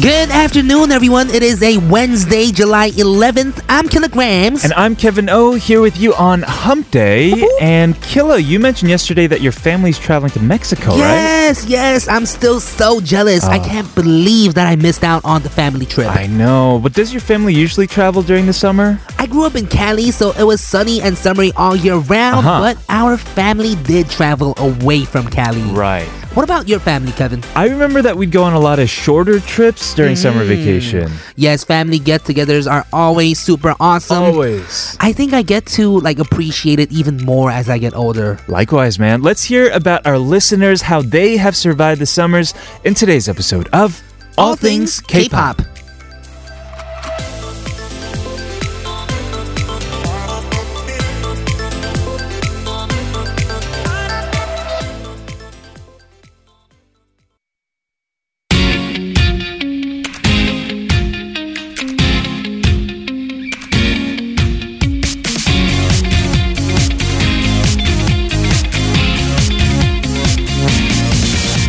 Good afternoon, everyone. It is a Wednesday, July 11th. I'm Kilograms. And I'm Kevin O here with you on Hump Day. And Killa, you mentioned yesterday that your family's traveling to Mexico, oh, right? Oh. yes, yes, I'm still so jealous. I can't believe that I missed out on the family trip. I know, but does your family usually travel during the summer? I grew up in Cali, so it was sunny and summery all year round, Uh-huh. but our family did travel away from Cali. Right. What about your family, Kevin? I remember that we'd go on a lot of shorter trips during summer vacation. Yes, family get togethers are always super awesome. Always. I think I get to like appreciate it even more as I get older. Likewise, man. Let's hear about our listeners, how they have survived the summers in today's episode of All Things K-Pop.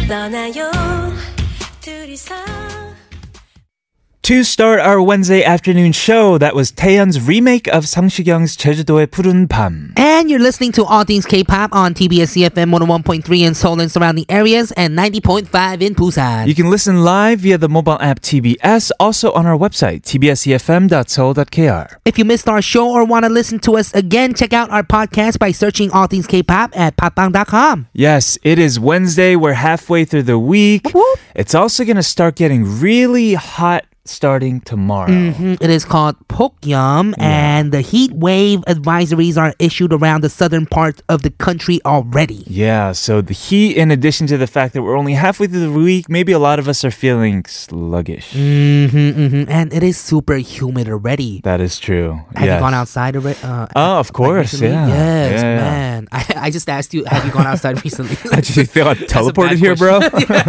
떠나요 둘이서 To start our Wednesday afternoon show, that was Taeyeon's remake of Sang Shikyung's 제주도의 푸른 밤. And you're listening to All Things K-Pop on TBS CFM 101.3 in Seoul and surrounding areas and 90.5 in Busan. You can listen live via the mobile app TBS, also on our website, tbsefm.seoul.kr. if you missed our show or want to listen to us again, check out our podcast by searching All Things K-Pop at popbang.com. Yes, it is Wednesday. We're halfway through the week. It's also going to start getting really hot starting tomorrow. Mhm, It is called Pokyum, and the heat wave advisories are issued around the southern part of the country already. Yeah, so the heat, in addition to the fact that we're only halfway through the week, maybe a lot of us are feeling sluggish. hmm Mm-hmm, And it is super humid already. That is true. Have you yes. gone outside already? Uh, Oh, of course. recently? Yes, yeah. Yeah, yeah. man. I, I just asked you, have you gone outside recently? Actually, they got bad teleported here, bro.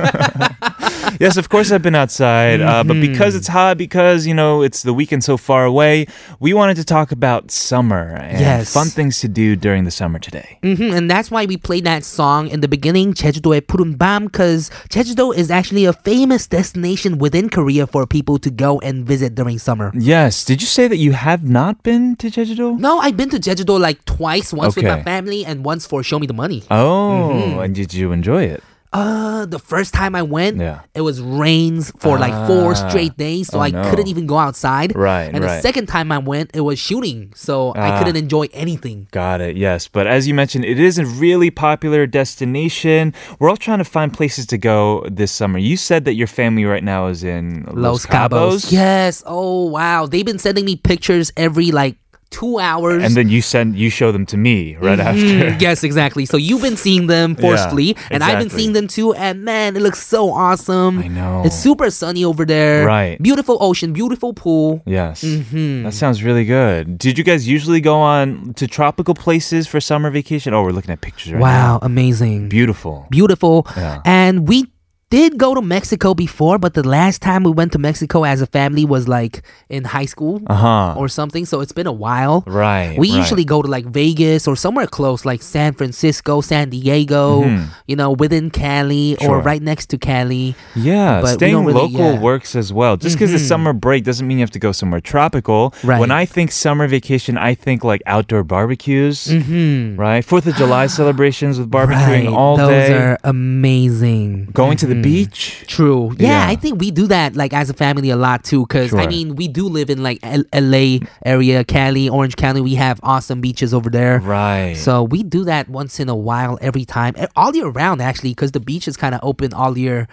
yes, of course I've been outside, uh, but because it's hot, because you know it's the weekend so far away, we wanted to talk about summer and Yes. fun things to do during the summer today. hmm and that's why we played that song in the beginning, 제주도의 푸른 밤, because Jeju-do is actually a famous destination within Korea for people to go and visit during summer. Yes, did you say that you have not been to Jeju-do? No, I've been to Jeju-do like twice, once with my Okay. family and once for Show Me the Money. Oh, and did you enjoy it? Uh, the first time I went, Yeah. it was rains for like four Ah. straight days, so Oh, I no. couldn't even go outside. Right, And the right. second time I went, it was shooting, so I Ah. couldn't enjoy anything. Got it. Yes, but as you mentioned, it is a really popular destination. We're all trying to find places to go this summer. You said that your family right now is in Los, Cabos. Yes. Oh wow, they've been sending me pictures every like two hours. and then you send you show them to me right after. Mm, yes, exactly. So you've been seeing them forcefully, and I've been exactly. seeing them too. And man, it looks so awesome. I know. It's super sunny over there. Right. Beautiful ocean, beautiful pool. Yes, Mm-hmm. that sounds really good. Did you guys usually go on to tropical places for summer vacation? Oh, we're looking at pictures right now. Wow, amazing. beautiful. beautiful. Yeah. And we did go to Mexico before, but the last time we went to Mexico as a family was like in high school Uh huh. or something. So it's been a while. Right. We right. usually go to like Vegas or somewhere close, like San Francisco, San Diego, you know, within Cali or Mm-hmm. Sure. right next to Cali. Yeah, But we staying don't really- yeah. local Mm-hmm. works as well. Just because it's summer break doesn't mean you have to go somewhere tropical. Right. When I think summer vacation, I think like outdoor barbecues, right? Fourth of July celebrations with barbecuing all Mm-hmm. Those day, are Mm-hmm. amazing. going to the beach. True. Yeah, Yeah. I think we do that like as a family a lot too. Cause I Sure. mean, we do live in like L- LA area, Cali, Orange County. We have awesome beaches over there. Right. So we do that once in a while, every time, eh, all year round actually, because the beach is kind of open all year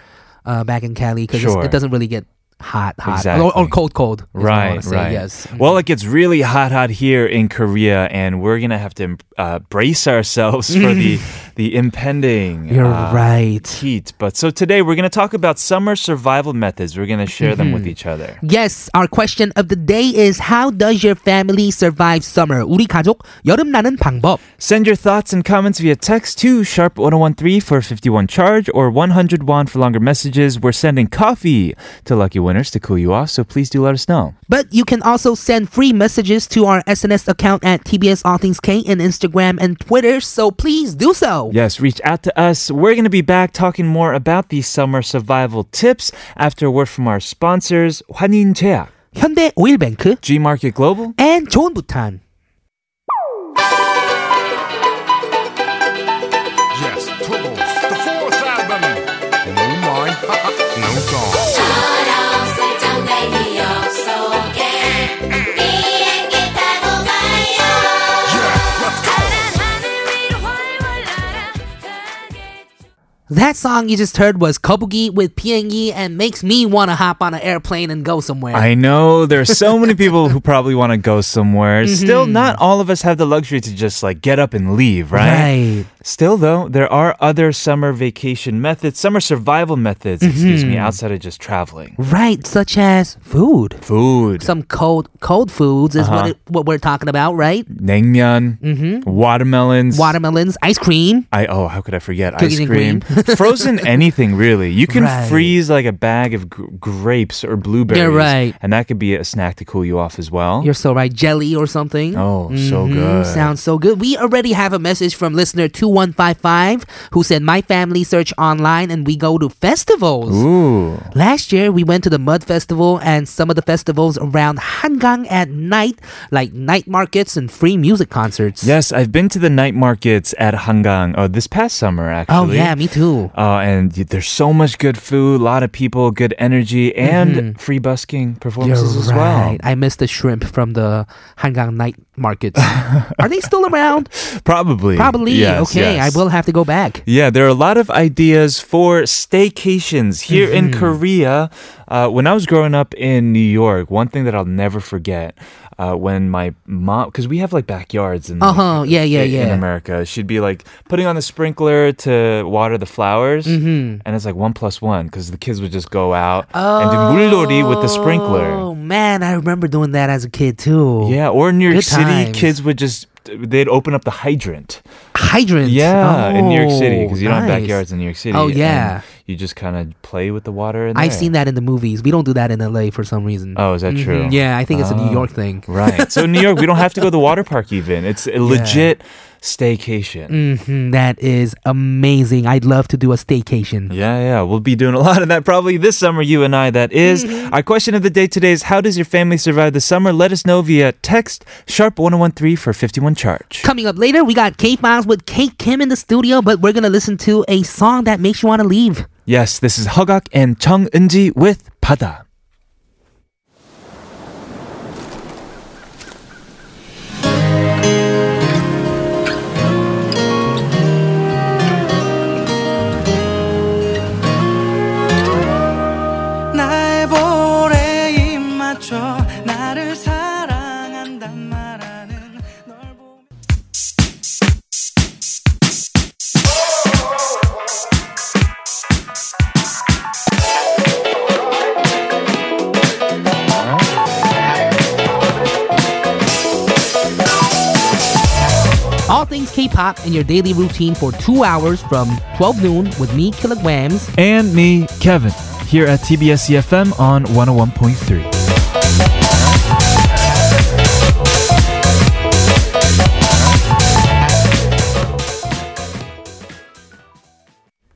uh, back in Cali because Sure. it doesn't really get hot, hot or, or Exactly. cold, cold. is what I wanna Right, say, right. Yes. Mm-hmm. Well, it gets really hot, hot here in Korea, and we're gonna have to uh, brace ourselves for the the impending You're uh, right. heat. But so today we're gonna talk about summer survival methods. We're gonna share them Mm-hmm. with each other. Yes, our question of the day is how does your family survive summer? 우리 가족 여름 나는 방법. Send your thoughts and comments via text to sharp 1013 for 51 charge or 100 won for longer messages. We're sending coffee to lucky winners to cool you off, so please do let us know. But you can also send free messages to our SNS account at TBS All Things K in Instagram and Twitter, so please do so. Yes, reach out to us. We're going to be back talking more about these summer survival tips after a word from our sponsors, 환인 제약, 현대 오일뱅크 G Market Global, and 좋은 부탄. Yes, Troubles, the fourth album. No mind, no song. 저런 슬쩍 날 기억 속에 비행기 타고 가요 Yeah, let's go. 파란 하늘 위로 훨훨 날아가겠죠 That song you just heard was Kobugi with Pyongyang and makes me want to hop on an airplane and go somewhere. I know there are so many people who probably want to go somewhere. Still, not all of us have the luxury to just like get up and leave, right? Right. Still, though, there are other summer vacation methods, summer survival methods, excuse me, outside of just traveling. Right, such as food. Food, Some cold cold foods Uh-huh. is what it, what we're talking about, right? naengmyeon, watermelons. Watermelons, ice cream. I oh, how could I forget Cookies ice and cream? Frozen anything really. You can Right. freeze like a bag of gr grapes or blueberries, right. and that could be a snack to cool you off as well. You're so right, jelly or something. oh, so Mm, good. Sounds so good. We already have a message from listener 2155 who said, My family search online and we go to festivals. Ooh. Last year, we went to the Mud Festival and some of the festivals around Hangang at night, like night markets and free music concerts. Yes, I've been to the night markets at Hangang uh, this past summer, Oh, actually. yeah, me too. Uh, and y- there's so much good food, a lot of people, good energy, and Mm-hmm. free busking performances as well. I missed the shrimp from the Hangang night markets. Are they still around? Probably. Probably. Yes, okay, yes. I will have to go back. Yeah, there are a lot of ideas for staycations here Mm-hmm. in Korea. Uh, when I was growing up in New York, one thing that I'll never forget uh, when my mom, because we have like backyards in, Uh huh. Yeah, yeah, in yeah. America, she'd be like putting on the sprinkler to water the flowers, Mm-hmm. and it's like one plus one because the kids would just go out and do 물놀이 with the sprinkler. Oh, man, I remember doing that as a kid too. Yeah, or in New York Good City, times. kids would just they'd open up the hydrant. Hydrant. Yeah, in New York City Oh, because you don't have nice. backyards in New York City. Oh, and yeah. you just kind of play with the water. In I've there. seen that in the movies. We don't do that in LA for some reason. Oh, is that Mhm. true? Yeah, I think it's a New Oh. York thing. Right. So in New York, we don't have to go to the water park even. It's a legit staycation. Mhm, that is amazing. I'd love to do a staycation. Yeah, yeah. We'll be doing a lot of that probably this summer, you and I, that is. Mm-hmm. Our question of the day today is How does your family survive the summer? Let us know via text sharp1013 for 51 charge. Coming up later, we got K Files with Kate Kim in the studio, but we're going to listen to a song that makes you want to leave. Yes, this is Hogak and Chung Eunji with Pada. 나의 볼에 입 맞춰 나를 사랑한단 말하는 널 보며 All things K pop in your daily routine for two hours from 12 noon with me, Kilograms. And me, Kevin, here at TBS EFM on 101.3.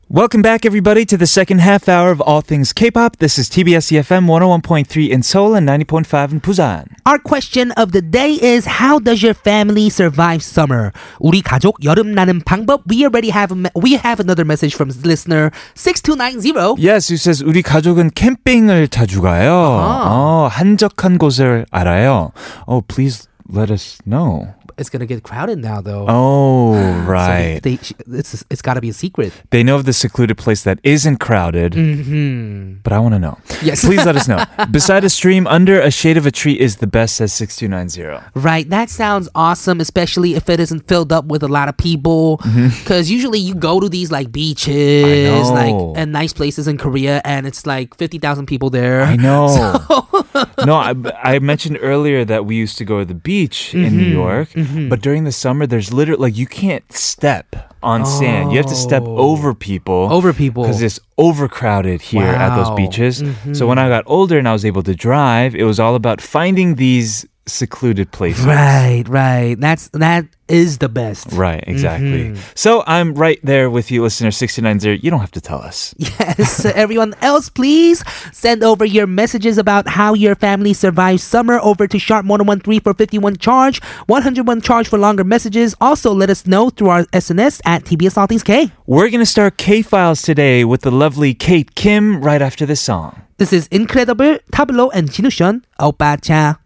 Welcome back, everybody, to the second half hour of All Things K-pop. This is TBS EFM 101.3 in Seoul and 90.5 in Busan. Our question of the day is how does your family survive summer? 우리 가족 여름 나는 방법. We already have a me- we have another message from listener 6290. Yes, who says 우리 가족은 캠핑을 자주 가요. 어, 한적한 곳을 알아요. Oh, please let us know. It's going to get crowded now though. Oh, So they- right. they- sh- it's it's got to be a secret. They know of the secluded place that isn't crowded. Mm-hmm. But I want to know. Yes. Please let us know. Beside a stream, under a shade of a tree is the best, says 6290. Right. That sounds awesome, especially if it isn't filled up with a lot of people. Mm-hmm. Because usually you go to these like beaches, like know. and nice places in Korea, and it's like fifty thousand people there. I Mm-hmm. know. no, I, I mentioned earlier that we used to go to the beach in New York, But during the summer, there's literally like you can't step on sand. You have to step over people. Oh. Over people. Because it's overcrowded here at those Wow. Mm-hmm. beaches. So when I got older and I was able to drive, it was all about finding these secluded places. Right, right. That's that is the best. Right, exactly. Mm-hmm. So I'm right there with you, listener 690. You don't have to tell us. Yes, everyone else, please send over your messages about how your family survives summer over to sharp 1013 for 51 charge, 101 charge for longer messages. Also, let us know through our SNS at TBS All Things K. We're going to start K Files today with the lovely Kate Kim right after this song. This is Incredible Tableau and Chinushan Oppa Cha.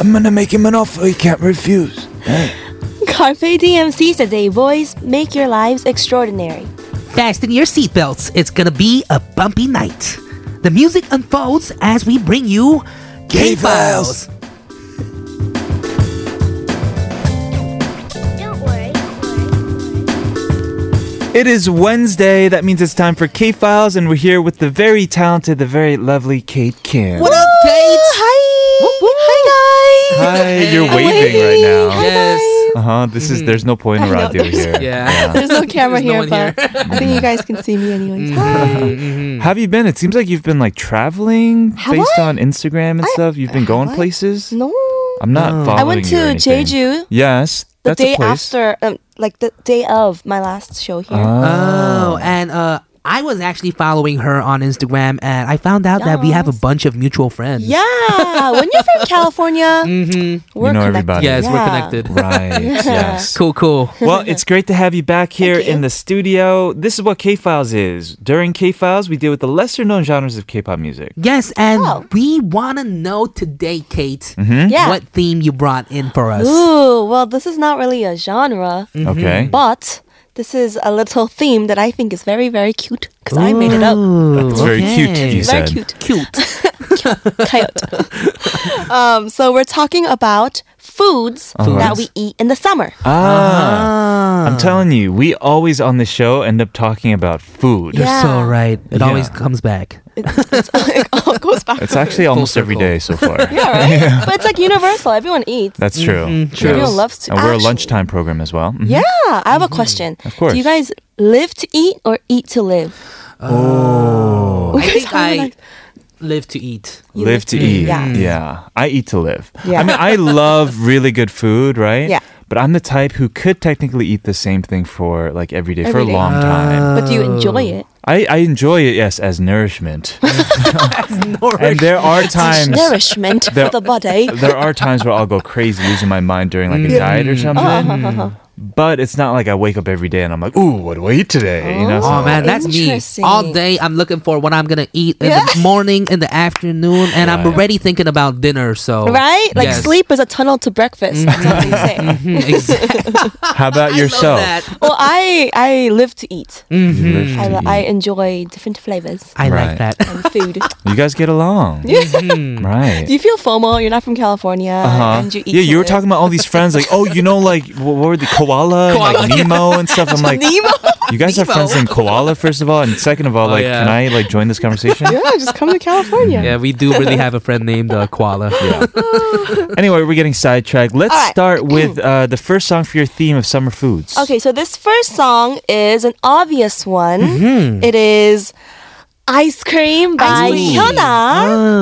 I'm going to make him an offer he can't refuse. Carpe Diem sees the day, boys. Make your lives extraordinary. Fasten your seatbelts. It's gonna be a bumpy night. The music unfolds as we bring you Gay Files. Don't worry. It is Wednesday. That means it's time for K Files, and we're here with the very talented, the very lovely Kate Kim. What up, Kate? Hi! Hi, guys! Hi, you're Hey. waving right now. Yes. Uh huh. This is there's no point in radio here. Yeah. There's no camera There's no here, one but I think you guys can see me Mm. anyways. Hi! Have you been? It seems like you've been like traveling Have based I? on Instagram and stuff. You've been going I? places. No. I'm not following I went you or to anything. Jeju Yes, the that's day a place. after, um, like the day of my last show here. Uh-huh. Oh, and uh, I was actually following her on Instagram, and I found out that we have a bunch of mutual friends. Yeah, when you're from California, we're Mm-hmm. You know everybody. connected. Yes, Yeah. Right. Yes. Cool, cool. Well, it's great to have you back here in the studio. This is what K Files is. During K Files, we deal with the lesser known genres of K pop music. Yes, and Oh. we want to know today, Kate, Hmm? Yeah. what theme you brought in for us. Ooh, well, this is not really a genre, Mm-hmm. Okay. but this is a little theme that I think is very, very cute because I made it up. Ooh, It's very cute, okay. you said. Very cute. Cute. Coyote. um, so we're talking about Uh-huh. foods that we eat in the summer. Ah, Ah. I'm telling you, we always on the show end up talking about food. Yeah. so right. It Yeah. always comes back. oh, it all goes back. It's to actually food. almost every circle. day so far. yeah, right. But it's like universal. Everyone eats. That's true. true. Everyone loves to. And we're a actually- lunchtime program as well. Mhm. Yeah, I have a question. Mm-hmm. Of course. Do you guys live to eat or eat to live? Oh. I think how I nice. live to eat. You live to eat. Yeah. Mm. Yeah. I eat to live. Yeah. I mean, I love really good food, right? Yeah. But I'm the type who could technically eat the same thing for like every day for a Every day. long Ah. time. But do you enjoy it? I, I enjoy it, yes, as nourishment. And there are times Nourishment There- for the body. there are times where I'll go crazy losing my mind during like a Mm. diet Mm. or something. Oh. Uh-huh. But it's not like I wake up every day and I'm like, ooh, what do I eat today? You know? Oh man, that's me. Interesting. All day I'm looking for what I'm gonna eat in the Yeah. morning, in the afternoon, and I'm Right. already thinking about dinner. So Right? Like Yes. sleep is a tunnel to breakfast. That's what you say. Mm, ex- How I about love yourself? that. well, I I live to eat. Mm-hmm. You live I, to li- I eat. enjoy different flavors I like Right. that. and food. You guys get along. Do Right. Mm-hmm. you feel FOMO? You're not from California, and you eat. Uh-huh. yeah, you were food. talking about all these friends, like, oh, you know, like, wh- what were the koala, and like Nemo and stuff. I'm like, Nemo. you guys have Nemo. friends named koala, first of all, and second of all, Oh, like, yeah. can I like join this conversation? yeah, just come to California. Yeah, we do really have a friend named uh, Koala. Yeah. Anyway, we're getting sidetracked. Let's All right. start with uh, the first song for your theme of summer foods. Okay, so this first song is an obvious one. It is Ice Cream by Cream. Hyuna,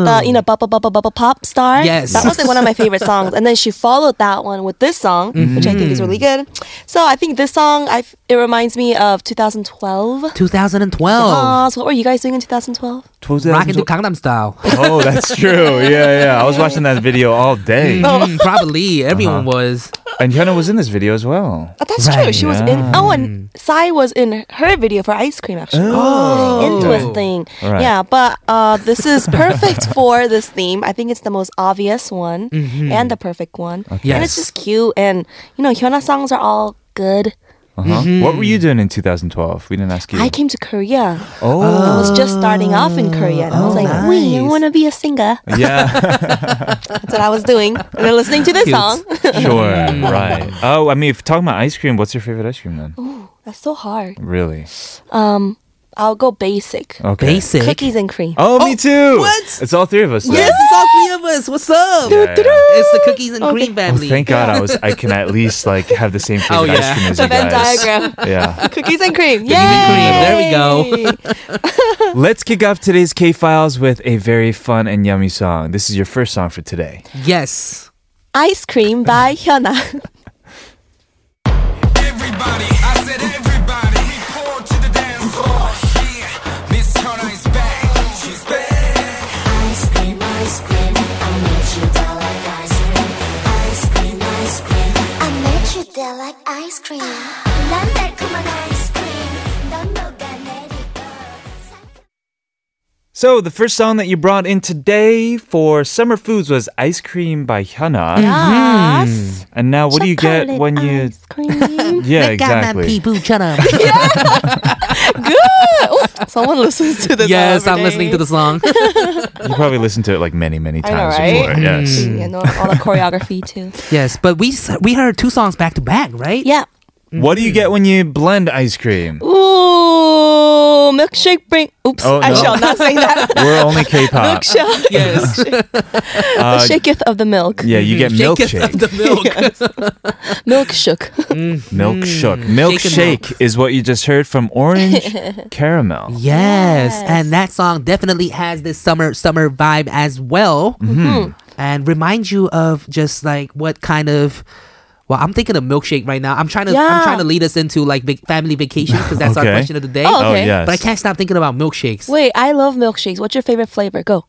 the you know bubble bubble bubble pop star. Yes. that was like one of my favorite songs. And then she followed that one with this song, which I think is really good. So I think this song, I it reminds me of 2012. 2012. Ah, so what were you guys doing in 2012? Rocking to Gangnam Style. Oh, that's true. Yeah, yeah. I was watching that video all day. Uh-huh. Mm, probably Hmm, everyone was. and Hyuna was in this video as well. Oh, that's true. She was in. Oh, and Psy was in her video for ice cream actually. Oh, Interesting. Alright. Yeah, but uh, this is perfect for this theme. I think it's the most obvious one Mm-hmm. and the perfect one. And Yes. it's just cute. And you know, Hyuna songs are all good. Uh-huh. What were you doing in 2012? We didn't ask you. I came to Korea. oh, I was just starting off in Korea. And I Oh, was like, wait, I nice. want to be a singer. yeah, That's what I was doing. And then listening to this song. sure, right. Oh, I mean, if talking about ice cream, what's your favorite ice cream then? That's so hard. Really? Um, I'll go basic. Okay. Basic. Cookies and cream. Oh, me too. what? It's all three of us. then. Yes, it's all three of us. What's up? Yeah, yeah, yeah. It's the cookies and cream Well, family. Oh, thank God I was. I can at least like have the same favorite Oh, yeah. ice cream as The you Venn guys. diagram. Yeah. Cookies and cream. Yay! and cream. There we go. Let's kick off today's K Files with a very fun and yummy song. This is your first song for today. Yes. Ice cream by Hyuna. Everybody, I said everybody, report to the dance floor. Yeah, Miss Turner is back. She's back. Ice cream, ice cream, I met you there like ice cream. Ice cream, ice cream, I met you there like ice cream. 난 달콤한 ice cream, 넌 녹아내리고. So the first song that you brought in today for summer foods was "Ice Cream" by Hyuna. Yes. And now, Mm-hmm. what do you get Chocolate when you? ice cream? Yeah, Got exactly. Someone listens to this. yes, I'm listening to the song. You probably listened to it like many, many I know, times right? before. Yes. Mm. You know, all the choreography too. yes, but we s- we heard two songs back to back, right? Yeah. What do you get when you blend ice cream? Ooh, milkshake bring. Oops, Oh, I no. shall not say that. We're only Uh, K-pop. Shall- Yes. the shaketh of the milk. uh, Yeah, you get Shaketh milkshake. of the milk. Milk shook. Mm. Milkshook. Shaken Milkshake is what you just heard from Orange Caramel. Yes. Yes. and that song definitely has this summer summer vibe as well, Mm-hmm. and reminds you of just like what kind of. Well, I'm thinking of milkshake right now. I'm trying to I'm Yeah. trying to lead us into like vac- family vacation because that's our Okay. question of the day. Oh, Oh, Okay. yes. But I can't stop thinking about milkshakes. Wait, I love milkshakes. What's your favorite flavor? Go.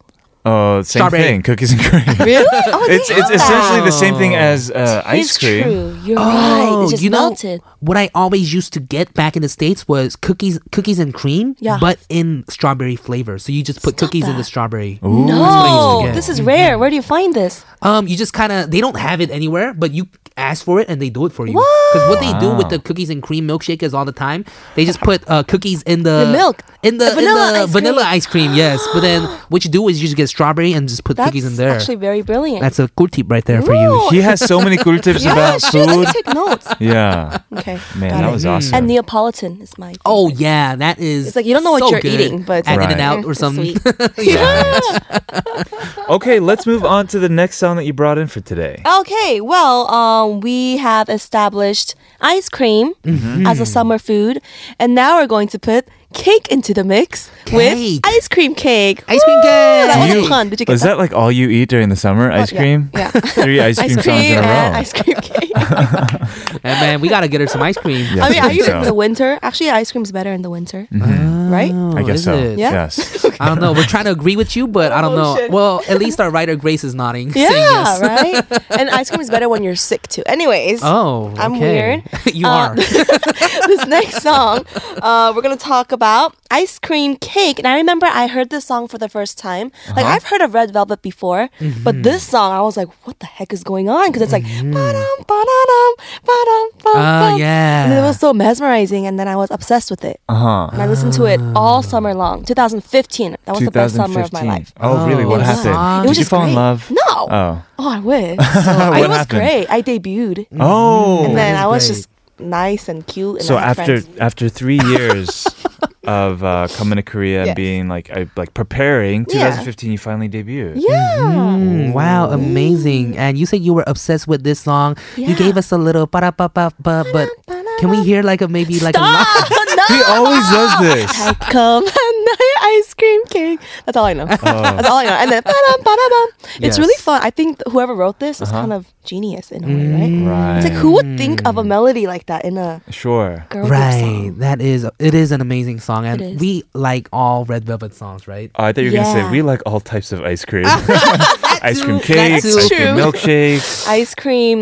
Oh, same Strawberry. thing. Cookies and cream. Really? Oh, It's, damn. it's essentially the same thing as uh, ice It's cream. true. You're right. It just Oh, you know melted. what I always used to get back in the states was cookies, cookies and cream, Yeah. but in strawberry flavor. So you just put Stop cookies in the that. strawberry. No, get. this is rare. Where do you find this? Um, you just kind of they don't have it anywhere, but you ask for it and they do it for you. Because what they do with the cookies and cream milkshake is all the time they just put uh, cookies in the, The milk. in the, The in vanilla the ice vanilla cream. ice cream. Yes, but then what you do is you just get strawberry and just put That's cookies in there. actually very brilliant. That's a cool tip right there for you. Ooh. He has so many cool tips yeah, about shoot, let me food. take notes. Yeah. Okay. Man, got that it. Mm. was awesome. And Neapolitan is my. Oh yeah, that is. It's like you don't know what so you're good eating, but it's at eh, like, In and Right. Out or It's something. sweet. Right. okay, let's move on to the next song that you brought in for today. Okay, well, um, we have established ice cream Mm-hmm. as a summer food, and now we're going to put cake into the mix Cake. with ice cream cake. Ice cream Woo! That cake. was You- a pun. Did you get Is that like all you eat during the summer? Ice Oh, yeah, cream? yeah. Three ice cream, Ice cream songs in a and row. ice cream cake. and man, we gotta get her some ice cream. Yeah, I mean, I are you think so. in the winter? Actually, ice cream's better in the winter, right? I guess Oh, is so. it? Yeah. Yes. I don't know. We're trying to agree with you, but I don't know. Oh, shit. Well, at least our writer Grace is nodding. Yeah, saying yes. right. And ice cream is better when you're sick too. Anyways, Oh, I'm okay. weird. you are. Uh, this next song, uh, we're gonna talk about ice cream cake. And I remember I heard this song for the first time. Like Uh-huh. I've heard of Red Velvet before, Mm-hmm. but this song I was like, "What the heck is going on?" Because it's like, "Ba-dum, ba-dum, ba-dum, Ah, ba-dum." yeah. and it was so mesmerizing. And then I was obsessed with it, Uh huh. and I listened to it Ah. all summer long. 2015. That was the best summer of my life. Oh, really? Oh, What happened? wow. It was Did you just fall in great. love? No. Oh. Oh, I wish. So, I- it was happened? great. I debuted. Oh. And then I was great. just nice and cute. And so I had after friends. after three years of uh, coming to Korea and being like I, like preparing, 2015, you finally debuted. Yeah. Mm, wow, amazing. And you said you were obsessed with this song. You Yeah. gave us a little ba ba ba ba but can we hear like a maybe like a Stop! He no! always does this. I come another ice cream cake. That's all I know. That's all I know. And then ba-dum, ba-dum. Oh. Yes. Uh-huh. it's really fun. I think th- whoever wrote this is kind of genius in a way, right? Mm. Right. It's like who would think of a melody like that in a Sure. girl group Right. song? That is it is an amazing song and is. we like all Red Velvet songs, right? Oh, I thought you were gonna say Yeah. we like all types of ice cream. I ice cream too. That cakes, too. ice cream True. milkshakes. Ice cream,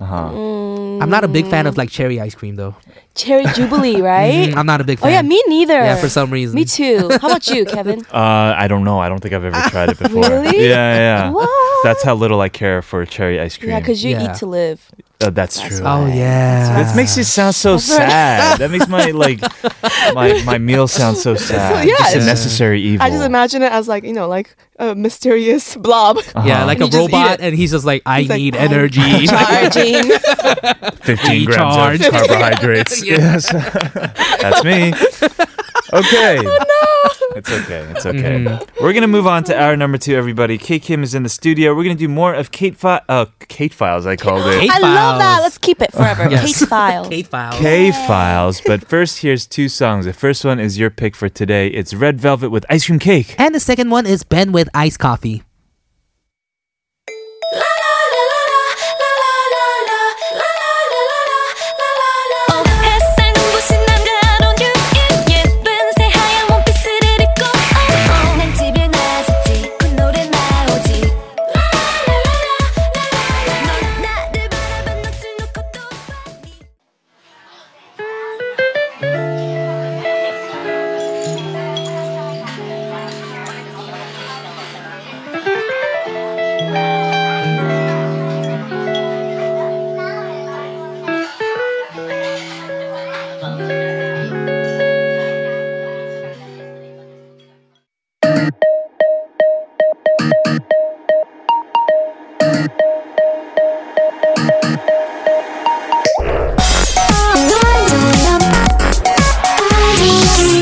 Uh-huh. mm, I'm not a big fan of like cherry ice cream though. cherry jubilee, right? I'm not a big Oh fan. yeah, me neither. Yeah, for some reason. Me too. How about you, Kevin? Uh, I don't know. I don't think I've ever tried it before. Really? Yeah, yeah. What? That's how little I care for cherry ice cream. Yeah, because you Yeah. eat to live. Uh, that's, true. Oh yeah. That makes you sound so sad. that makes my like my my meal sound so sad. yeah, just a it's- necessary evil. I just imagine it as like you know, like a mysterious blob Yeah, like a You just eat robot, it. and he's just like, I He's like, need "Oh, energy. charging. Fifteen grams Recharge. of carbohydrates. yes, that's me. Okay. Oh, It's okay. It's okay. We're gonna move on to hour number two. Everybody, Kate Kim is in the studio. We're gonna do more of Kate fi- uh, Kate files. I called it. Kate I love that. files. Let's keep it forever. Yes. Kate files. Kate files. K Files, but first here's two songs. The first one is your pick for today. It's Red Velvet with Ice Cream Cake. And the second one is Ben with iced coffee. 어, 햇살 눈부신 남자 넌 유일 예쁜 새하얀 원피스를 입고 어, 어. 난 집에 나서 찍은 노래 나오지 라라라라라라라. 넌 나를 바라본 낯을 놓고 또 봐.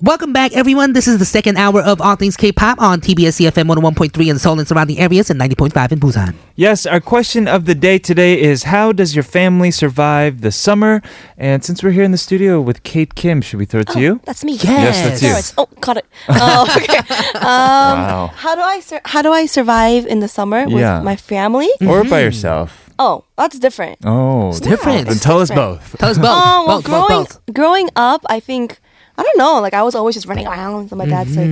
Welcome back, everyone. This is the second hour of All Things K-pop on TBS CFM 101.3 in Seoul and surrounding areas and 90.5 in Busan. Yes, our question of the day today is how does your family survive the summer? And since we're here in the studio with Kate Kim, should we throw Oh. it to you? That's me. Yes, that's you. No, it's- Oh, got it. Oh, okay. Wow. Um, How do I sur- how do I survive in the summer with Yeah. my family? Or by yourself. Oh, that's different. Oh, it's Mm-hmm. different. Then tell us Different. both. Tell us both. Oh, both, well, growing both, both. growing up, I think I don't know. Like I was always just running around, and my dad's like,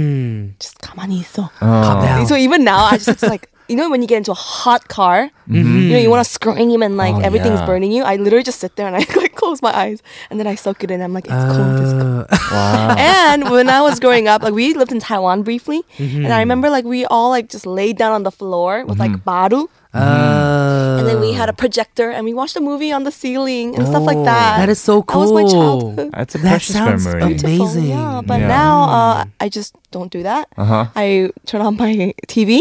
"Just come on, 있어." Oh, Calm down. So even now, I just it's like you know when you get into a hot car, you know you want to scream and like Oh, everything's yeah. burning you. I literally just sit there and I like close my eyes and then I soak it in. I'm like, it's cold, Oh. it's cold. Wow. And when I was growing up, like we lived in Taiwan briefly, and I remember like we all like just laid down on the floor with like baru, Uh, and then we had a projector and we watched a movie on the ceiling and stuff like that. that is so That was cool. my childhood. That's a That precious sounds memory. amazing. Yeah, but Yeah. now uh, I just don't do that. Uh-huh. I turn on my TV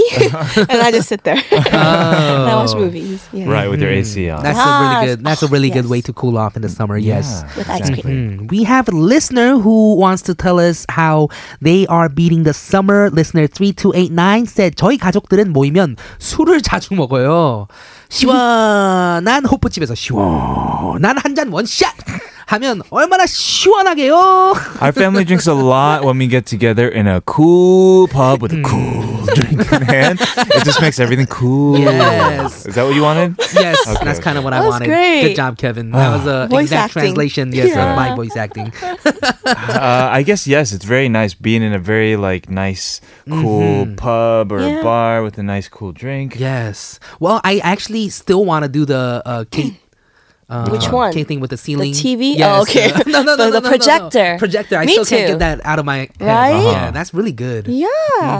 and I just sit there and I watch movies. Oh. Yeah. Right, with your AC on. Mm-hmm. uh, That's a really Yes. good. That's a really good Yes. way to cool off in the summer. Yes. Yeah, With ice exactly. Mm. We have a listener who wants to tell us how they are beating the summer. Listener 3289 said, 저희 가족들은 모이면 술을 자주 먹어요. 시원한 호프집에서 시원한 한 잔 원샷! 하면 얼마나 시원하게요? Our family drinks a lot when we get together in a cool pub with a cool Mm. drink in hand. It just makes everything cool. Yes. Is that what you wanted? Yes, Okay, that's kind of what I That was wanted. great. Ah. Good job, Kevin. That was a Voice exact acting. translation, yes, of Yeah. my voice acting. Uh, I guess yes. It's very nice being in a very like nice, cool pub or a Mm-hmm. Yeah. bar with a nice, cool drink. Yes. Well, I actually still want to do the uh, Kate. Uh, Which one? Kate thing with the ceiling. TV? Oh, okay. Uh, no, no, no, no, no, no, The- the no. projector. Projector. I Me still can't get too. that out of my head. Right? Yeah, Uh-huh. that's really good. Yeah.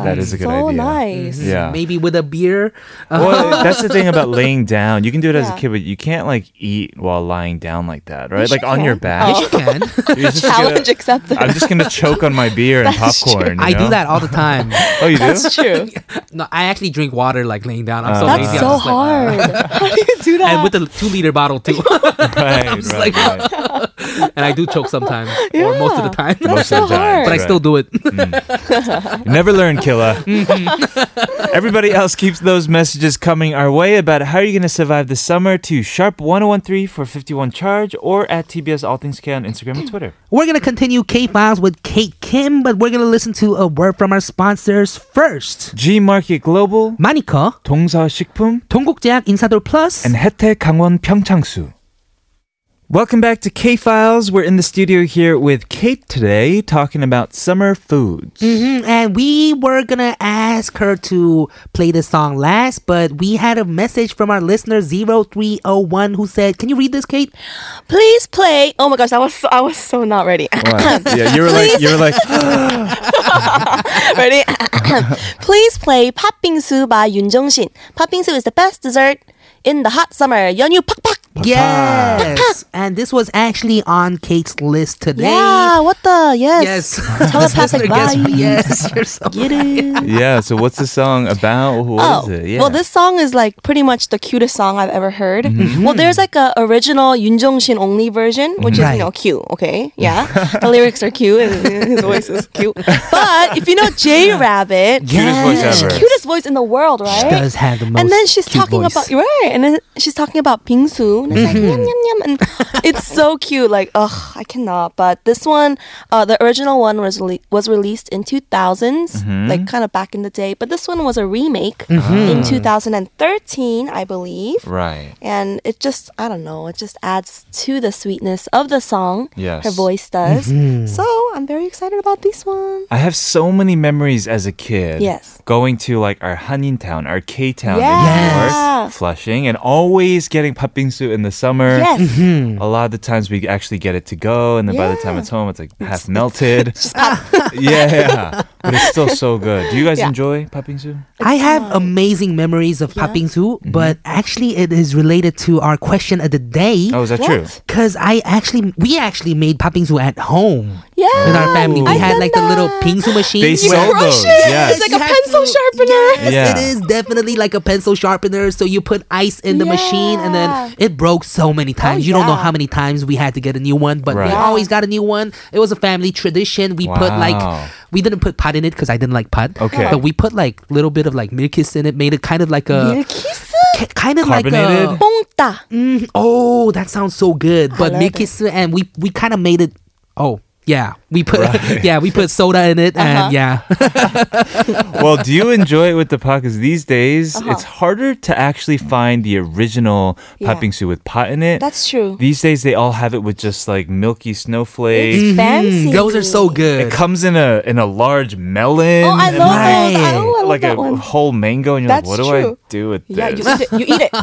That is a good idea. so Mm-hmm. nice. Yeah. Maybe with a beer. Uh, Well, that's the thing about laying down. You can do it as a Yeah. kid, but you can't like eat while lying down like that, right? Yes, Like you on your can. back. yes, you can. You're just Oh, Challenge gonna- accepted. I'm just gonna choke on my beer and That's true. popcorn. you I do know? that all the time. Oh, you do? That's true. No, I actually drink water like laying down. I'm so Uh, lazy. I'm That's so just like, uh, hard. How do you do that? and with the two liter bottle too. right, right, like- right. and I do choke sometimes, or most of the time. Most so of the time, hard. but I right. still do it. Never learn, killer. Everybody else keeps those messages coming our way about how you're going to survive the summer to sharp1013 for 51 charge or at TBS All Things K on Instagram and Twitter. we're gonna continue K Files with Kate Kim, but we're gonna listen to a word from our sponsors first. G Market Global, 마니커, 동서 식품, 동국제약, 인사돌 플러스. and 혜택 강원 평창수. Welcome back to K Files. We're in the studio here with Kate today talking about summer foods. Mhm, And we were gonna ask her to play the song last, but we had a message from our listener 0301 who said, Can you read this, Kate? Please play. Oh my gosh, I was so, I was so not ready. What? Yeah, you were like, you were like, ready? Please play 팥빙수 by 윤정신. 팥빙수 is the best dessert in the hot summer. 연유 팍팍. Yes. and this was actually on Kate's list today. Yeah, what the? Yes. Yes. Telepathic Yes, vibe. yes, you're so Get it? yeah. So what's the song about? What Oh, is it? Yeah. well, this song is like pretty much the cutest song I've ever heard. Mm-hmm. Well, there's like a original Yun Shin only version, which is, Right. you know, cute, okay? Yeah. the lyrics are cute and his voice is cute. But if you know J Rabbit, Cutest voice Yes. ever. cutest voice in the world, right? She does have the most and then she's cute talking voice. Mm-hmm. about right, and then she's talking about bingsu, and it's like yum yum yum, and it's so cute. Like, ugh, I cannot. But this one, uh, the original one was rele- was released in 2000s, Mm-hmm. like kind of back in the day. But this one was a remake in 2013, I believe. right. And it just, I don't know, it just adds to the sweetness of the song. Yes. Her voice does. Mm-hmm. So I'm very excited about this one. I have so many memories as a kid. Yes. Going to like our Hanin town, our K town in New Yeah. York, Flushing, and always getting papingsu in the Er, summer. Yes. mm-hmm. A lot of the times we actually get it to go, and then by the time Yeah. it's home, it's like half melted. yeah, yeah. But it's still so good. Do you guys Yeah. enjoy papingsu? I have amazing memories of yeah. but actually it is related to our question of the day. Oh, is that true? What? Cause I actually, we actually made papingsu at home Yeah. with our family. We I've had done like the little that. pingsu machine. They where- sold crush those. it. Yes. It's like a You have pencil to- sharpener. Yes, Yeah. it is definitely like a pencil sharpener. So you put ice in the machine, and then it broke so many times. you don't know yeah. how many times we had to get a new one, but we Right. always got a new one. It was a family tradition. We put Wow. like we didn't put pot in it because I didn't like pot. Okay. but we put like little bit of like milkis in it, made it kind of like a ki- kind of like Carbonated? a 뽕따. Mm, oh, that sounds so good. But love it. milkis and we we kind of made it. Oh. Yeah, we put yeah we put soda in it and Uh-huh. yeah well, do you enjoy it with the pot? Because these days, it's harder to actually find the original Uh-huh. Yeah. papingsu with pot in it. That's true. These days, they all have it with just like milky snowflakes. It's Mm, fancy. those are so good. It comes in a in a large melon. Oh, I and love like, those. I, Right. oh, I love like that a one. whole mango, and you're That's like, what do I true. do with Yeah, you this? eat it. You, eat it.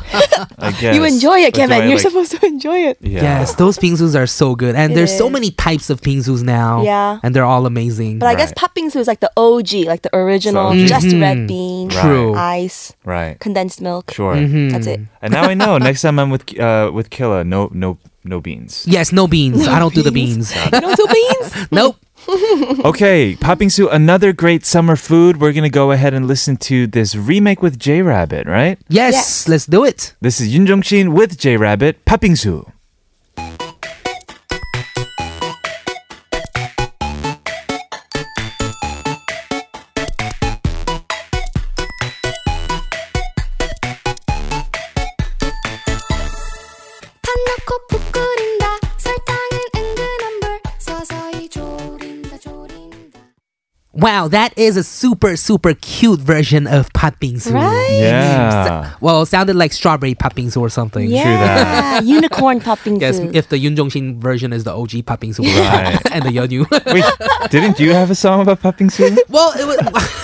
I guess. you enjoy it, But do I, Kevin. like- You're supposed to enjoy it. Yeah. Yes, those pingzus are so good. And It there's so is. many types of pingzus now. Yeah. And they're all amazing. But I guess Right. popping is like the OG, like the original, So- just red bean, True. Mm. ice, Right. condensed milk. Sure. That's it. And now I know. Next time I'm with uh, with Killa, no no no beans. yes, no beans. I don't do the beans. You don't do beans? nope. Okay, popping Sue, another great summer food. We're gonna go ahead and listen to this remake with J Rabbit, right? Yes, Yes. let's do it. This is Yun Jong Shin with J Rabbit, popping Sue. 탐나고 부끄린다 설탕은 은근한 불 서서히 졸인다 졸인다 Wow, that is a super, super cute version of pat bingsu. Right? Yeah. Well, it sounded like strawberry pat bingsu or something. Yeah. Unicorn popping Yes, if the Yun Jongshin version is the OG pat bingsu version Right. and the Yeonyu. Wait, didn't you have a song about popping Sue? well, it was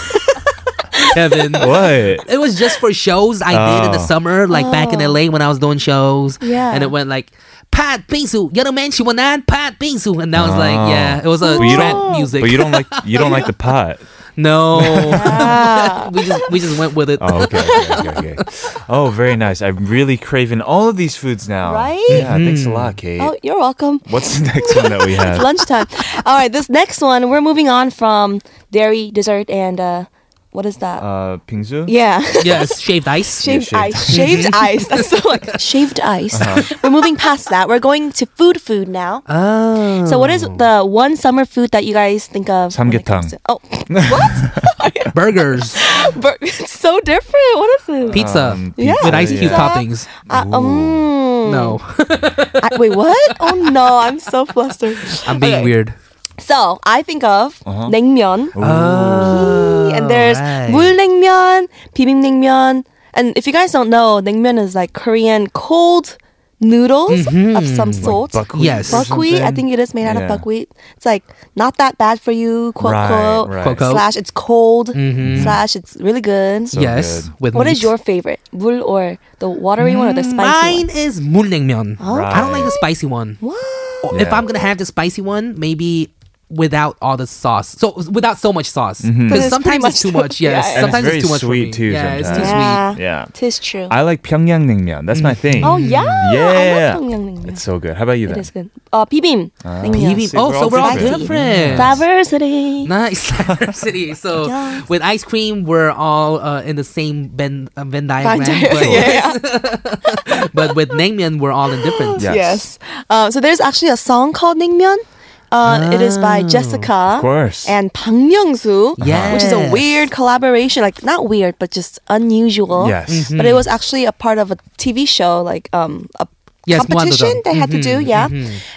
Kevin. What? It was just for shows I did in the Oh. summer, like back in LA when I was doing shows. Yeah. And it went like, Pat Bingsu, Young Man, she went nine, Pat Bingsu. And I was like, yeah, it was a Oh. But you trap don't- music. But you don't like you don't like the pot. no. we just we just went with it. Ah. Oh, okay, okay, okay, okay. Oh, very nice. I'm really craving all of these foods now. Right? Yeah, thanks Mm. a lot, Kate. Oh, you're welcome. What's the next one that we It's have? lunchtime. All right, this next one, we're moving on from dairy, dessert, and uh, What is that? Uh, Pingsu? yeah. Yes, shaved ice. Uh-huh. Shaved, Yeah, shaved ice. Shaved ice. That's so like shaved ice. We're moving past that. We're going to food food now. Oh. So what is the one summer food that you guys think of? when it comes Samgyetang. to- Oh, what? burgers, Bur- it's so different. What is it? pizza Um, Yeah. with ice cube Pizza. toppings? Uh, um, No, I- wait, what? Oh no, I'm so flustered. I'm being Okay, weird. Uh-huh. So I think of naengmyeon, Uh, Oh, and there's right. 물냉면, 비빔냉면, and if you guys don't know, naengmyeon is like Korean cold noodles Mm-hmm. of some Oh sort. Buckwheat Yes. or buckwheat. I something? think it is made out Yeah. of buckwheat. It's like not that bad for you, quote Right, quote. right. Quote, quote. Slash, it's cold. Slash, it's really good. So yes. good. With what meat. is your favorite, 물 or the watery one or the spicy Mine is mulnaengmyeon. I don't like the Right. spicy one. one? What? If Yeah. I'm gonna have the spicy one, maybe without all the sauce. So without so much sauce, because But it's sometimes it's pretty too much. much- Yes, Yeah, yeah. sometimes Mm-hmm. And it's it's too much very for sweet me. too Yeah, it's too sometimes. Yeah, Yeah. tis true. I like Pyongyang naengmyeon. That's Mm. my thing. oh Yeah. yeah, I love Pyongyang. It's so good. Ah, How about you It then? is good. Uh, sweet. bibim. Naengmyeon. Maybe- See, oh, we're so all we're all different. different. Diversity. Nice diversity. So Yes. with ice cream, we're all uh, in the same Venn, uh, Venn diagram. Fine, di- But, yeah, yeah. but with naengmyeon, we're all indifferent. Yeah. Yes. Uh, so there's actually a song called Naengmyeon. Uh, It is by Jessica Ah. Of course. and Bang Myung-soo, which is a Yes. weird collaboration. Like not weird, but just unusual. Yes. Mm-hmm. But it was actually a part of a TV show, like um a Yes, competition Muadodon. they had to do. Mm-hmm, Yeah.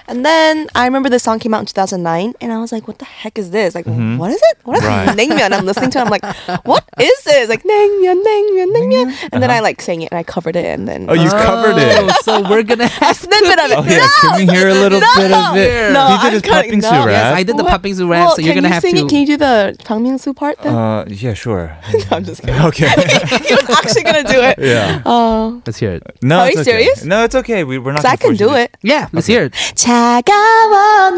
And then I remember this song came out in 2009, and I was like, "What the heck is this? Like, what is it? What Mm-hmm. is Right. it? Naengmyeon?" I'm listening to. it. I'm like, "What is this? Like Naengmyeon, Naengmyeon, Naengmyeon." And then I like sang it, and I covered it, and then Uh-huh. Oh, you covered it. Oh, so we're gonna a have snippet of it. Oh yeah. Can we hear a little No! bit of it? No, he did I'm his cutting- popping no. suit Yes, rap. I did the What? popping zoo rap, Well, so you're can gonna you have sing to. It? Can you do the Bang Myung-soo part? Then? uh, yeah, sure. I'm just kidding. okay. he was actually gonna do it. yeah. Oh, Let's hear it. No, Are it's you okay. serious? No, it's okay. We, we're not. because I gonna can force you to- do it. Yeah, let's hear it. 차가워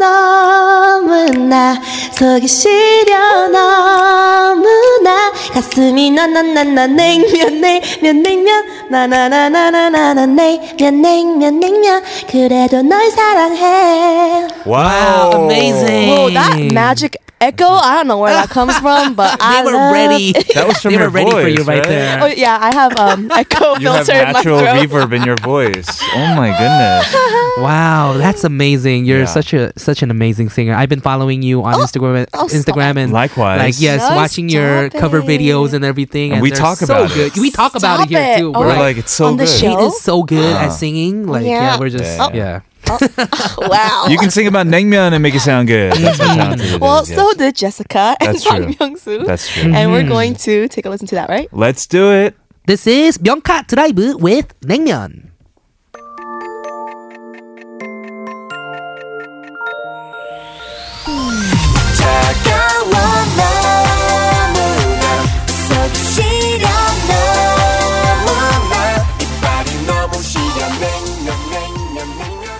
너무나 속이 시려 너무나 가슴이 나나나나 냉면 냉면 냉면 나나나나나나 냉면 냉면 냉면 그래도 널 사랑해 Wow. Wow, amazing. Whoa, that Dang. magic echo I don't know where that comes from but They I were love ready. That was from they your were ready for voice, you right, right? there. Oh yeah, I have um echo You have filter in my natural throat. reverb in your voice. Oh my goodness. Wow, that's amazing. You're Yeah. such a such an amazing singer. I've been following you on Instagram oh, stop. Instagram and Likewise. Like yes, No, watching your stop cover it. videos and everything. And we they're talk so about it. good. We talk about it Stop here it. too. Oh We're We're my- like like, it's so on the good. she show? is so good at singing. Like yeah, Yeah. we're just Yeah. yeah. wow. You can sing about naengmyeon and make it sound good. That's how talented it Mm-hmm. well, is, so yes. did Jessica and That's true. Bang Myung-soo. That's Hmm. true. And we're going to take a listen to that, right? Let's do it. This is Byungka Drive with Naengmyeon. 차가워 너무나 속이 시려 너무나 이빨이 너무 시려 냉면 냉면 냉면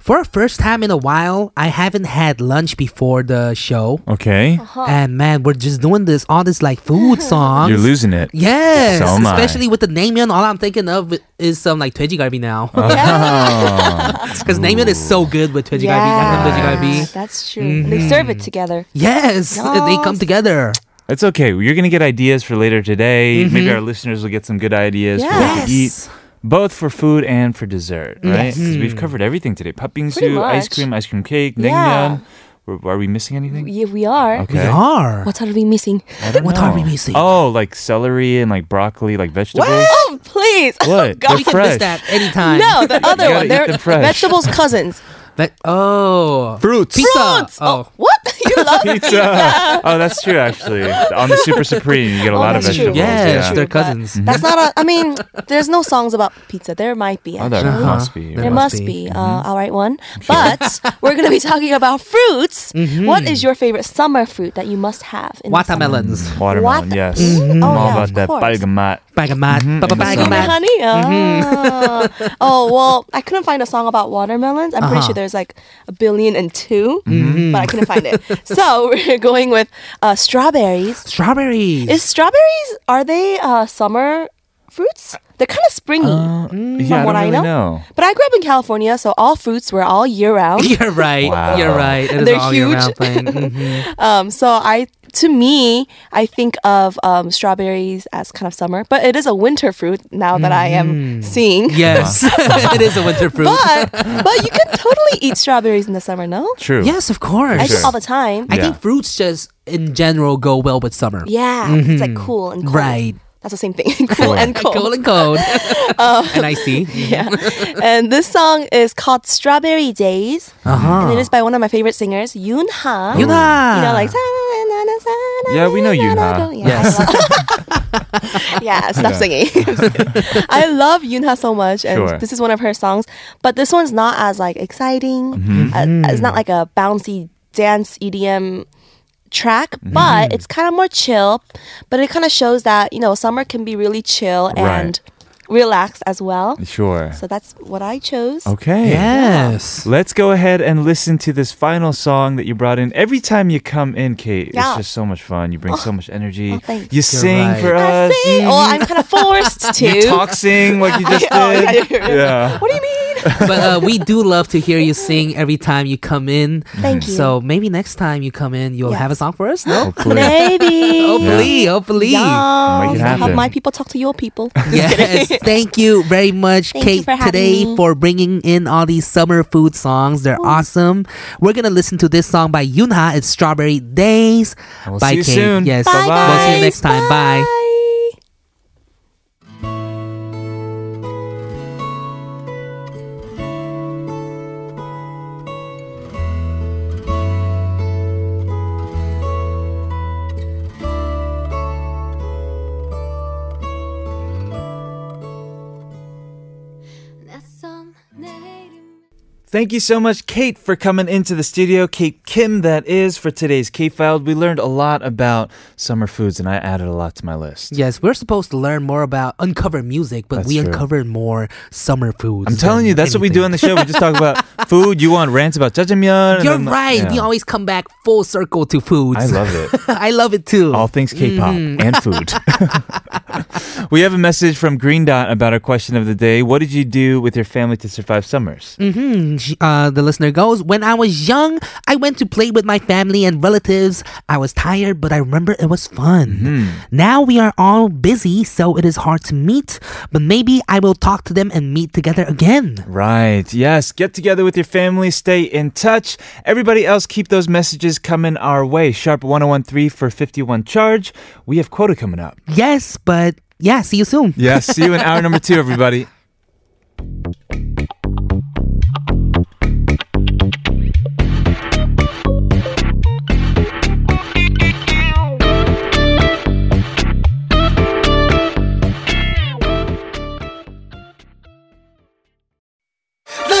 For a first time in a while, I haven't had lunch before the show. Okay. Uh-huh. And man, we're just doing this all this like food songs. You're losing it. Yes, So am I. especially with the naengmyeon. All I'm thinking of is some like twejigarbi now, Uh-huh. Oh. because naengmyeon is so good with twejigarbi. Gangnam Twejigarbi. that's true. Mm-hmm. They serve it together. Yes, they come Yes. together. It's okay. You're going to get ideas for later today. Mm-hmm. Maybe our listeners will get some good ideas for what to eat, Yes. both for food and for dessert, right? Because we've covered everything today. Mm. Pretty Papingsu, ice much. cream, ice cream cake, Yeah. naengmyeon. Were- Are we missing anything? Yeah, we are. Okay. We are. What are we missing? I don't What are we know. missing? Oh, like celery and like broccoli, like vegetables. Oh, please. What? God. They're we can miss fresh. that anytime. No, the gotta other one. eat They're them fresh. vegetables cousins. But, oh, Fruits. pizza. Fruits. Oh, What? You love Pizza. oh, that's true, actually. On the Super Supreme, you get a Oh, lot of that's vegetables. true. yes, yeah. they're But cousins. That's not a. I mean, there's no songs about pizza. There might be. Oh, there Uh-huh. actually. must be. There There must must be. be. Uh, all right, one. But we're going to be talking about fruits. What is your favorite summer fruit that you must have? In the summer? Watermelons. Watermelon, What? yes. I'm Mm, oh, all yeah, about of that course. balgamat. Bagamat. Papa in the summer. Honey, bagamat. honey. Oh. oh, well, I couldn't find a song about watermelons. I'm pretty Uh-huh. sure there's like a billion and two, but I couldn't find it. So we're going with uh, strawberries. Strawberries. Is strawberries, are they uh, summer fruits. They're kind of springy, yeah, I Mm, from what don't I really know. know. But I grew up in California, so all fruits were all year round. You're right. Wow. You're right. It is They're all year huge. round thing. Mhm. Um, so I, to me, I think of um, strawberries as kind of summer, but it is a winter fruit now that I am seeing. Yes, it is a winter Mm-hmm. fruit. But but you can totally eat strawberries in the summer, no? True. yes, of course. I sure. do all the time. I think fruits just in general go well with summer. yeah, it's like cool and cold. Mm-hmm. Right. That's the same thing. cool and cold. Cold and cold. and I see. Yeah. and this song is called Strawberry Days, Mm-hmm. and it is by one of my favorite singers, Yoon Yuna. Ha. You know, like. "Ta-na-na-na-na-na-na-na-na-na-na-na." Yeah, we know Yoon Ha. Yeah, I love- yeah, stop singing. I love Yoonha so much, and Sure. this is one of her songs. But this one's not as like exciting. uh, it's not like a bouncy dance EDM track, but it's kind of more chill. But it kind of shows that you know summer can be really chill and relaxed as well. Sure. So that's what I chose. Okay. Yes. Let's go ahead and listen to this final song that you brought in. Every time you come in, Kate, Yeah. it's just so much fun. You bring so much energy. oh, thanks. you sing right. for I us. see. Well, I'm kind of forced to. You talk sing like you just did. Oh, yeah, yeah, yeah. What do you mean? But uh, we do love to hear you sing every time you come in. Thank you. So maybe next time you come in, you'll Yes. have a song for us. No, Hopefully. Maybe. hopefully, hopefully. Y'all, Make it have happen. my people talk to your people. Just kidding. Yes, thank you very much, Thank you Kate, for having today me. for bringing in all these summer food songs. They're awesome. We're gonna listen to this song by Yunha. It's Strawberry Days. And we'll Bye, see you Kate. soon. Yes, Bye, Bye-bye. we'll see guys. you next time. Bye. Bye. 낯선 내 이름 Thank you so much, Kate, for coming into the studio. Kate Kim, that is, for today's Kate Filed. We learned a lot about summer foods, and I added a lot to my list. Yes, we're supposed to learn more about uncovered music, but That's we true. uncovered more summer foods. I'm telling you, that's what we do on the show. We just talk about food. You want rants about jjajangmyeon. and You're then- right. Yeah. We always come back full circle to foods. I love it. I love it too. All things K-pop Mm. and food. we have a message from Green Dot about our question of the day. What did you do with your family to survive summers? uh, the listener goes, When I was young, I went to play with my family and relatives. I was tired, but I remember it was fun. Mm-hmm. Now we are all busy, so it is hard to meet, but maybe I will talk to them and meet together again. Right. Yes. Get together with your family. Stay in touch. Everybody else, keep those messages coming our way. Sharp 1013 for 51 charge. We have quota coming up. Yes, but yeah, see you soon. Yes. See you in hour number two, everybody. The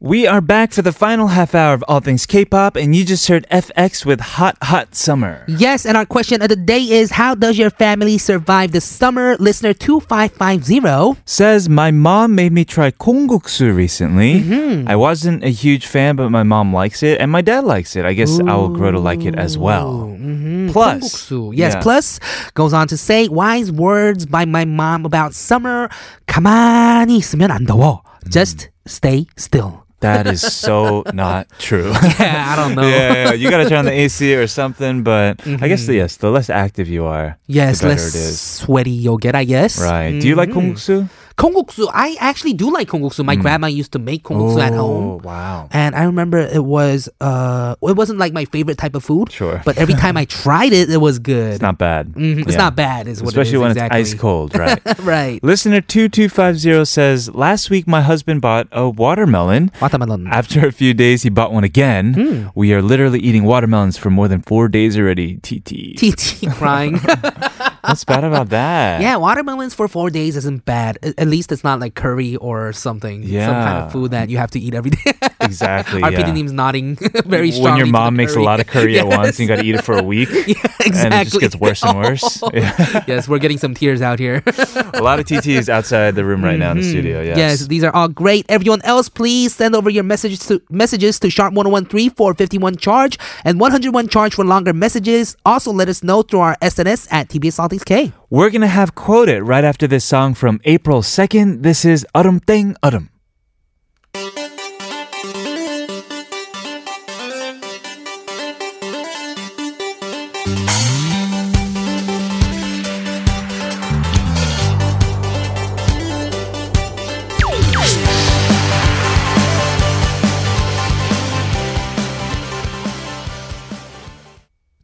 We are back for the final half hour of All Things K-pop, and you just heard FX with Hot Hot Summer. Yes, and our question of the day is How does your family survive the summer? Listener 2550. says my mom made me try kongguksu recently. Mm-hmm. I wasn't a huge fan, but my mom likes it, and my dad likes it. I guess I will grow to like it as well. Plus, Gongsu. mm-hmm. Yes, Yeah. plus goes on to say wise words by my mom about summer. 가만히 있으면 안 더워. Just stay still. that is so not true. Yeah, I don't know. yeah, yeah, you gotta turn on the AC or something. But I guess yes, the less active you are, Mm-hmm. Yes, the better less Mm-hmm. it is. sweaty you'll get, I guess. Right? Do you like kongguksu? Kongguksu, I actually do like kongguksu. My grandma used to make kongguksu at home. Oh, Wow. And I remember it was uh it wasn't like my favorite type of food. Sure. But every time I tried it, it was good. It's not bad. Mhm, It's Yeah. not bad, is what Especially it is. when exactly. it's ice cold, right? right. Listener 2250 says, Last week my husband bought a watermelon. Watermelon. After a few days, he bought one again. Hmm. We are literally eating watermelons for more than four days already. TT. TT crying. What's bad about that? yeah, watermelons for four days isn't bad. A- At least it's not like curry or something. Some kind Yeah. of food that you have to eat every day. Exactly. Our yeah. name's nodding very strongly. when your to the mom makes a curry. lot of curry at Yes. once, and you got to eat it for a week, and it exactly. just Oh. gets worse and worse. Yeah. yes, we're getting some tears out here. a lot of TTs outside the room right now in the studio. Yes. Mm-hmm. Yes, these are all great. Everyone else, please send over your messages to messages to sharp 1013 for 51 charge and 101 charge for longer messages. Also, let us know through our SNS at TBS Saltings K. We're gonna have quote it right after this song from April second. This is Arum Teng Arum.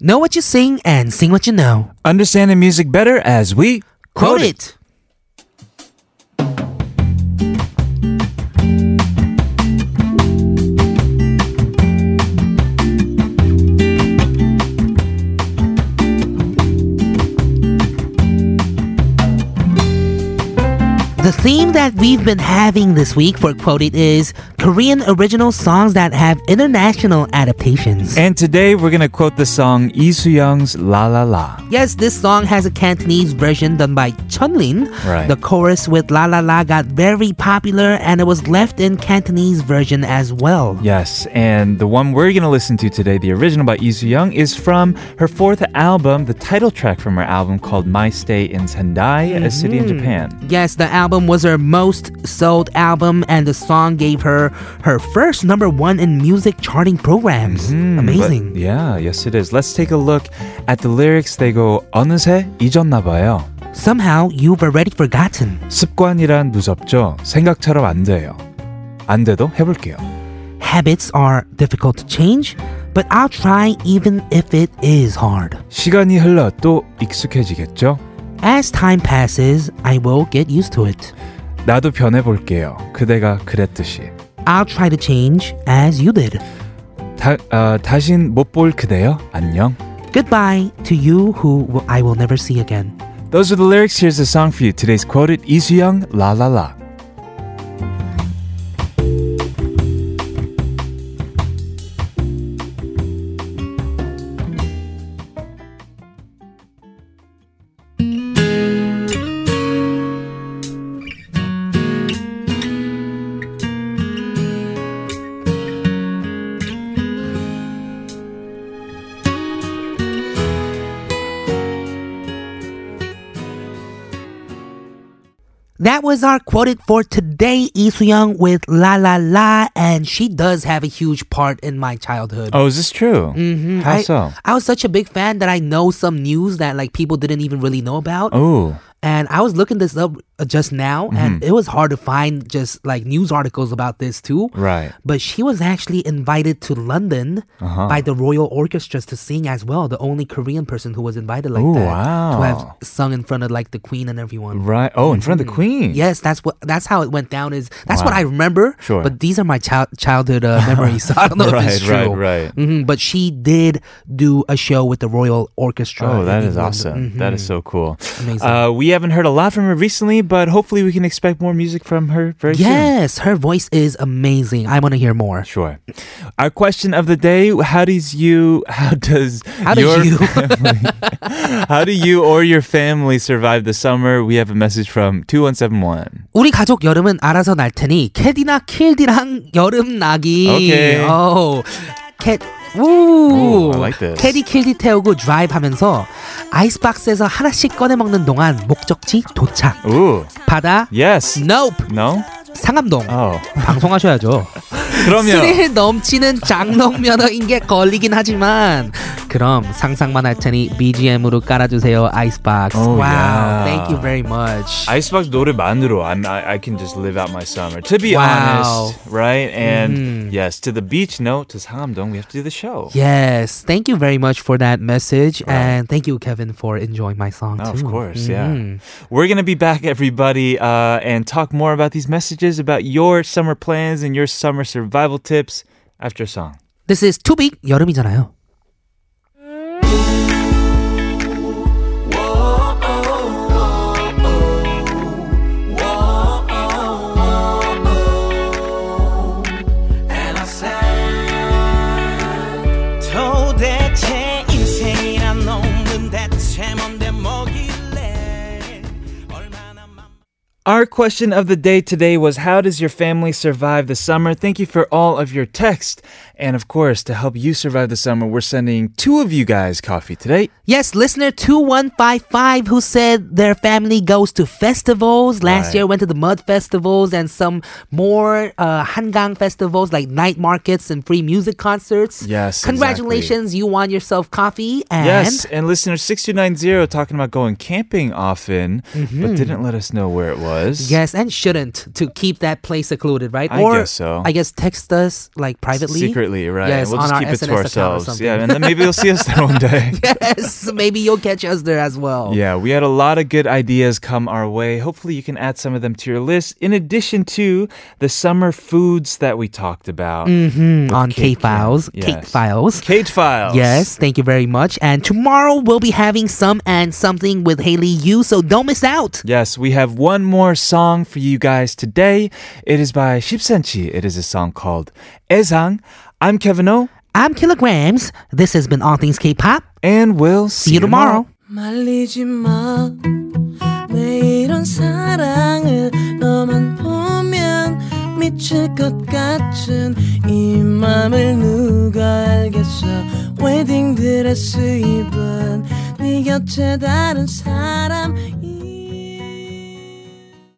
Know what you sing and sing what you know. Understanding music better as we Quote it. The theme that we've been having this week for Quoted is Korean original songs that have international adaptations. And today we're gonna quote the song Lee Soo Young's La La La. Yes, this song has a Cantonese version done by Chunlin. Right. The chorus with La La La got very popular and it was left in Cantonese version as well. Yes, and the one we're gonna listen to today, the original by Lee Soo Young, is from her fourth album, the title track from her album called My Stay in Sendai, a city Mm-hmm. in Japan. Yes, the album was her most sold album and the song gave her her first number 1 in music charting programs. Amazing. Mm-hmm, But- yeah, yes it is. Let's take a look at the lyrics. They go 어느새 잊었나 봐요. Somehow you've already forgotten. 습관이란 무섭죠. 생각처럼 안 돼요. 안 돼도 해볼게요. Habits are difficult to change, but I'll try even if it is hard. 시간이 흘러 또 익숙해지겠죠. As time passes, I will get used to it. 나도 변해볼게요. 그대가 그랬듯이. I'll try to change as you did. 다, 아, 다신 못 볼 그대요. 안녕. Goodbye to you who will- I will never see again. Those are the lyrics. Here's the song for you. Today's quoted 이수영 라라라. That was our quoted for today, Lee Soo-young with La La La, and she does have a huge part in my childhood. Oh, is this true? Mm-hmm. How I, so? I was such a big fan that I know some news that like people didn't even really know about. Oh, And I was looking this up uh, just now, and Mm-hmm. it was hard to find just like news articles about this too. right. But she was actually invited to London Uh-huh. by the Royal Orchestras to sing as well. The only Korean person who was invited like Ooh, that to wow. have sung in front of like the Queen and everyone. Right. Oh, in front of the queen. Mm-hmm. Yes, that's what that's how it went down. Is that's what I Wow. remember. Sure. But these are my child childhood uh, memories, so I don't know Right, if it's right, true. right. Mhm, But she did do a show with the Royal Orchestra. in Oh, that England. is Mm-hmm. awesome. That is so cool. Amazing. Uh, we haven't heard a lot from her recently, but hopefully we can expect more music from her very soon. Yes, her voice is amazing. I want to hear more. Sure. Our question of the day: How does you? How does How did your you? How do you or your family survive the summer? We have a message from two one seven one. 우리 가족 여름은 알아서 날 테니 캐디나 킬디랑 여름 나기. 오케이. 오. 캐 Ooh, 우. I like this. 캐디 킬디 태우고 드라이브 하면서 아이스박스에서 하나씩 꺼내 먹는 동안 목적지 도착. Ooh. 바다. Yes. Nope. No. 상암동. Oh. 방송하셔야죠. 그럼요. 스릴 넘치는 장롱 면허인 게 걸리긴 하지만 그럼 상상만 할 테니 BGM으로 깔아주세요. 아이스박스. Oh, wow. yeah. Thank you very much. Icebox 노래만으로 I'm, I, I can just live out my summer. To be Wow. Mm. honest, right? And yes, to the beach, no, to Sangam-dong, we have to do the show. Yes, thank you very much for that message, and thank you, Kevin, for enjoying my song Oh, too. of course, Mhm. yeah. We're going to be back, everybody, uh, and talk more about these messages about your summer plans and your summer survival tips after a song. This is Too Big 여름이잖아요. 도대체 인생이란 놈은 대체 뭔데 뭐길래 얼마나 맘 Our question of the day today was How does your family survive the summer? Thank you for all of your text. And of course, to help you survive the summer, we're sending two of you guys coffee today. Yes, listener 2155 who said their family goes to festivals. Last Right. year went to the mud festivals and some more uh, Hangang festivals like night markets and free music concerts. Yes, Congratulations, you won yourself coffee and Yes, and listener 6290 talking about going camping often, but didn't let us know where it was. Mm-hmm. Yes, and shouldn't to keep that place secluded, right? I or guess so. I guess text us like privately, Secretly, right? Yes, we'll on just our keep it SNS to account or ourselves. something. Yeah, and then maybe you'll see us there one day. yes, maybe you'll catch us there as well. Yeah, we had a lot of good ideas come our way. Hopefully, you can add some of them to your list, in addition to the summer foods that we talked about. Mm, on K Files, Kate Yes. Files. Kate Files. Yes, thank you very much. And tomorrow we'll be having some and something with Haley Yu, so don't miss out. Yes, we have one more song for you guys today. It is by Shipsenchi. It is a song called Ezang. I'm Kevin O, I'm Kilograms. This has been All Things K-pop. and we'll see, See you tomorrow. 말리지 마. 내 이런 사랑을 너만 보면 미칠 것 같은 이 맘을 누가 알겠어 웨딩드레스 입은 네 곁에 다른 사람이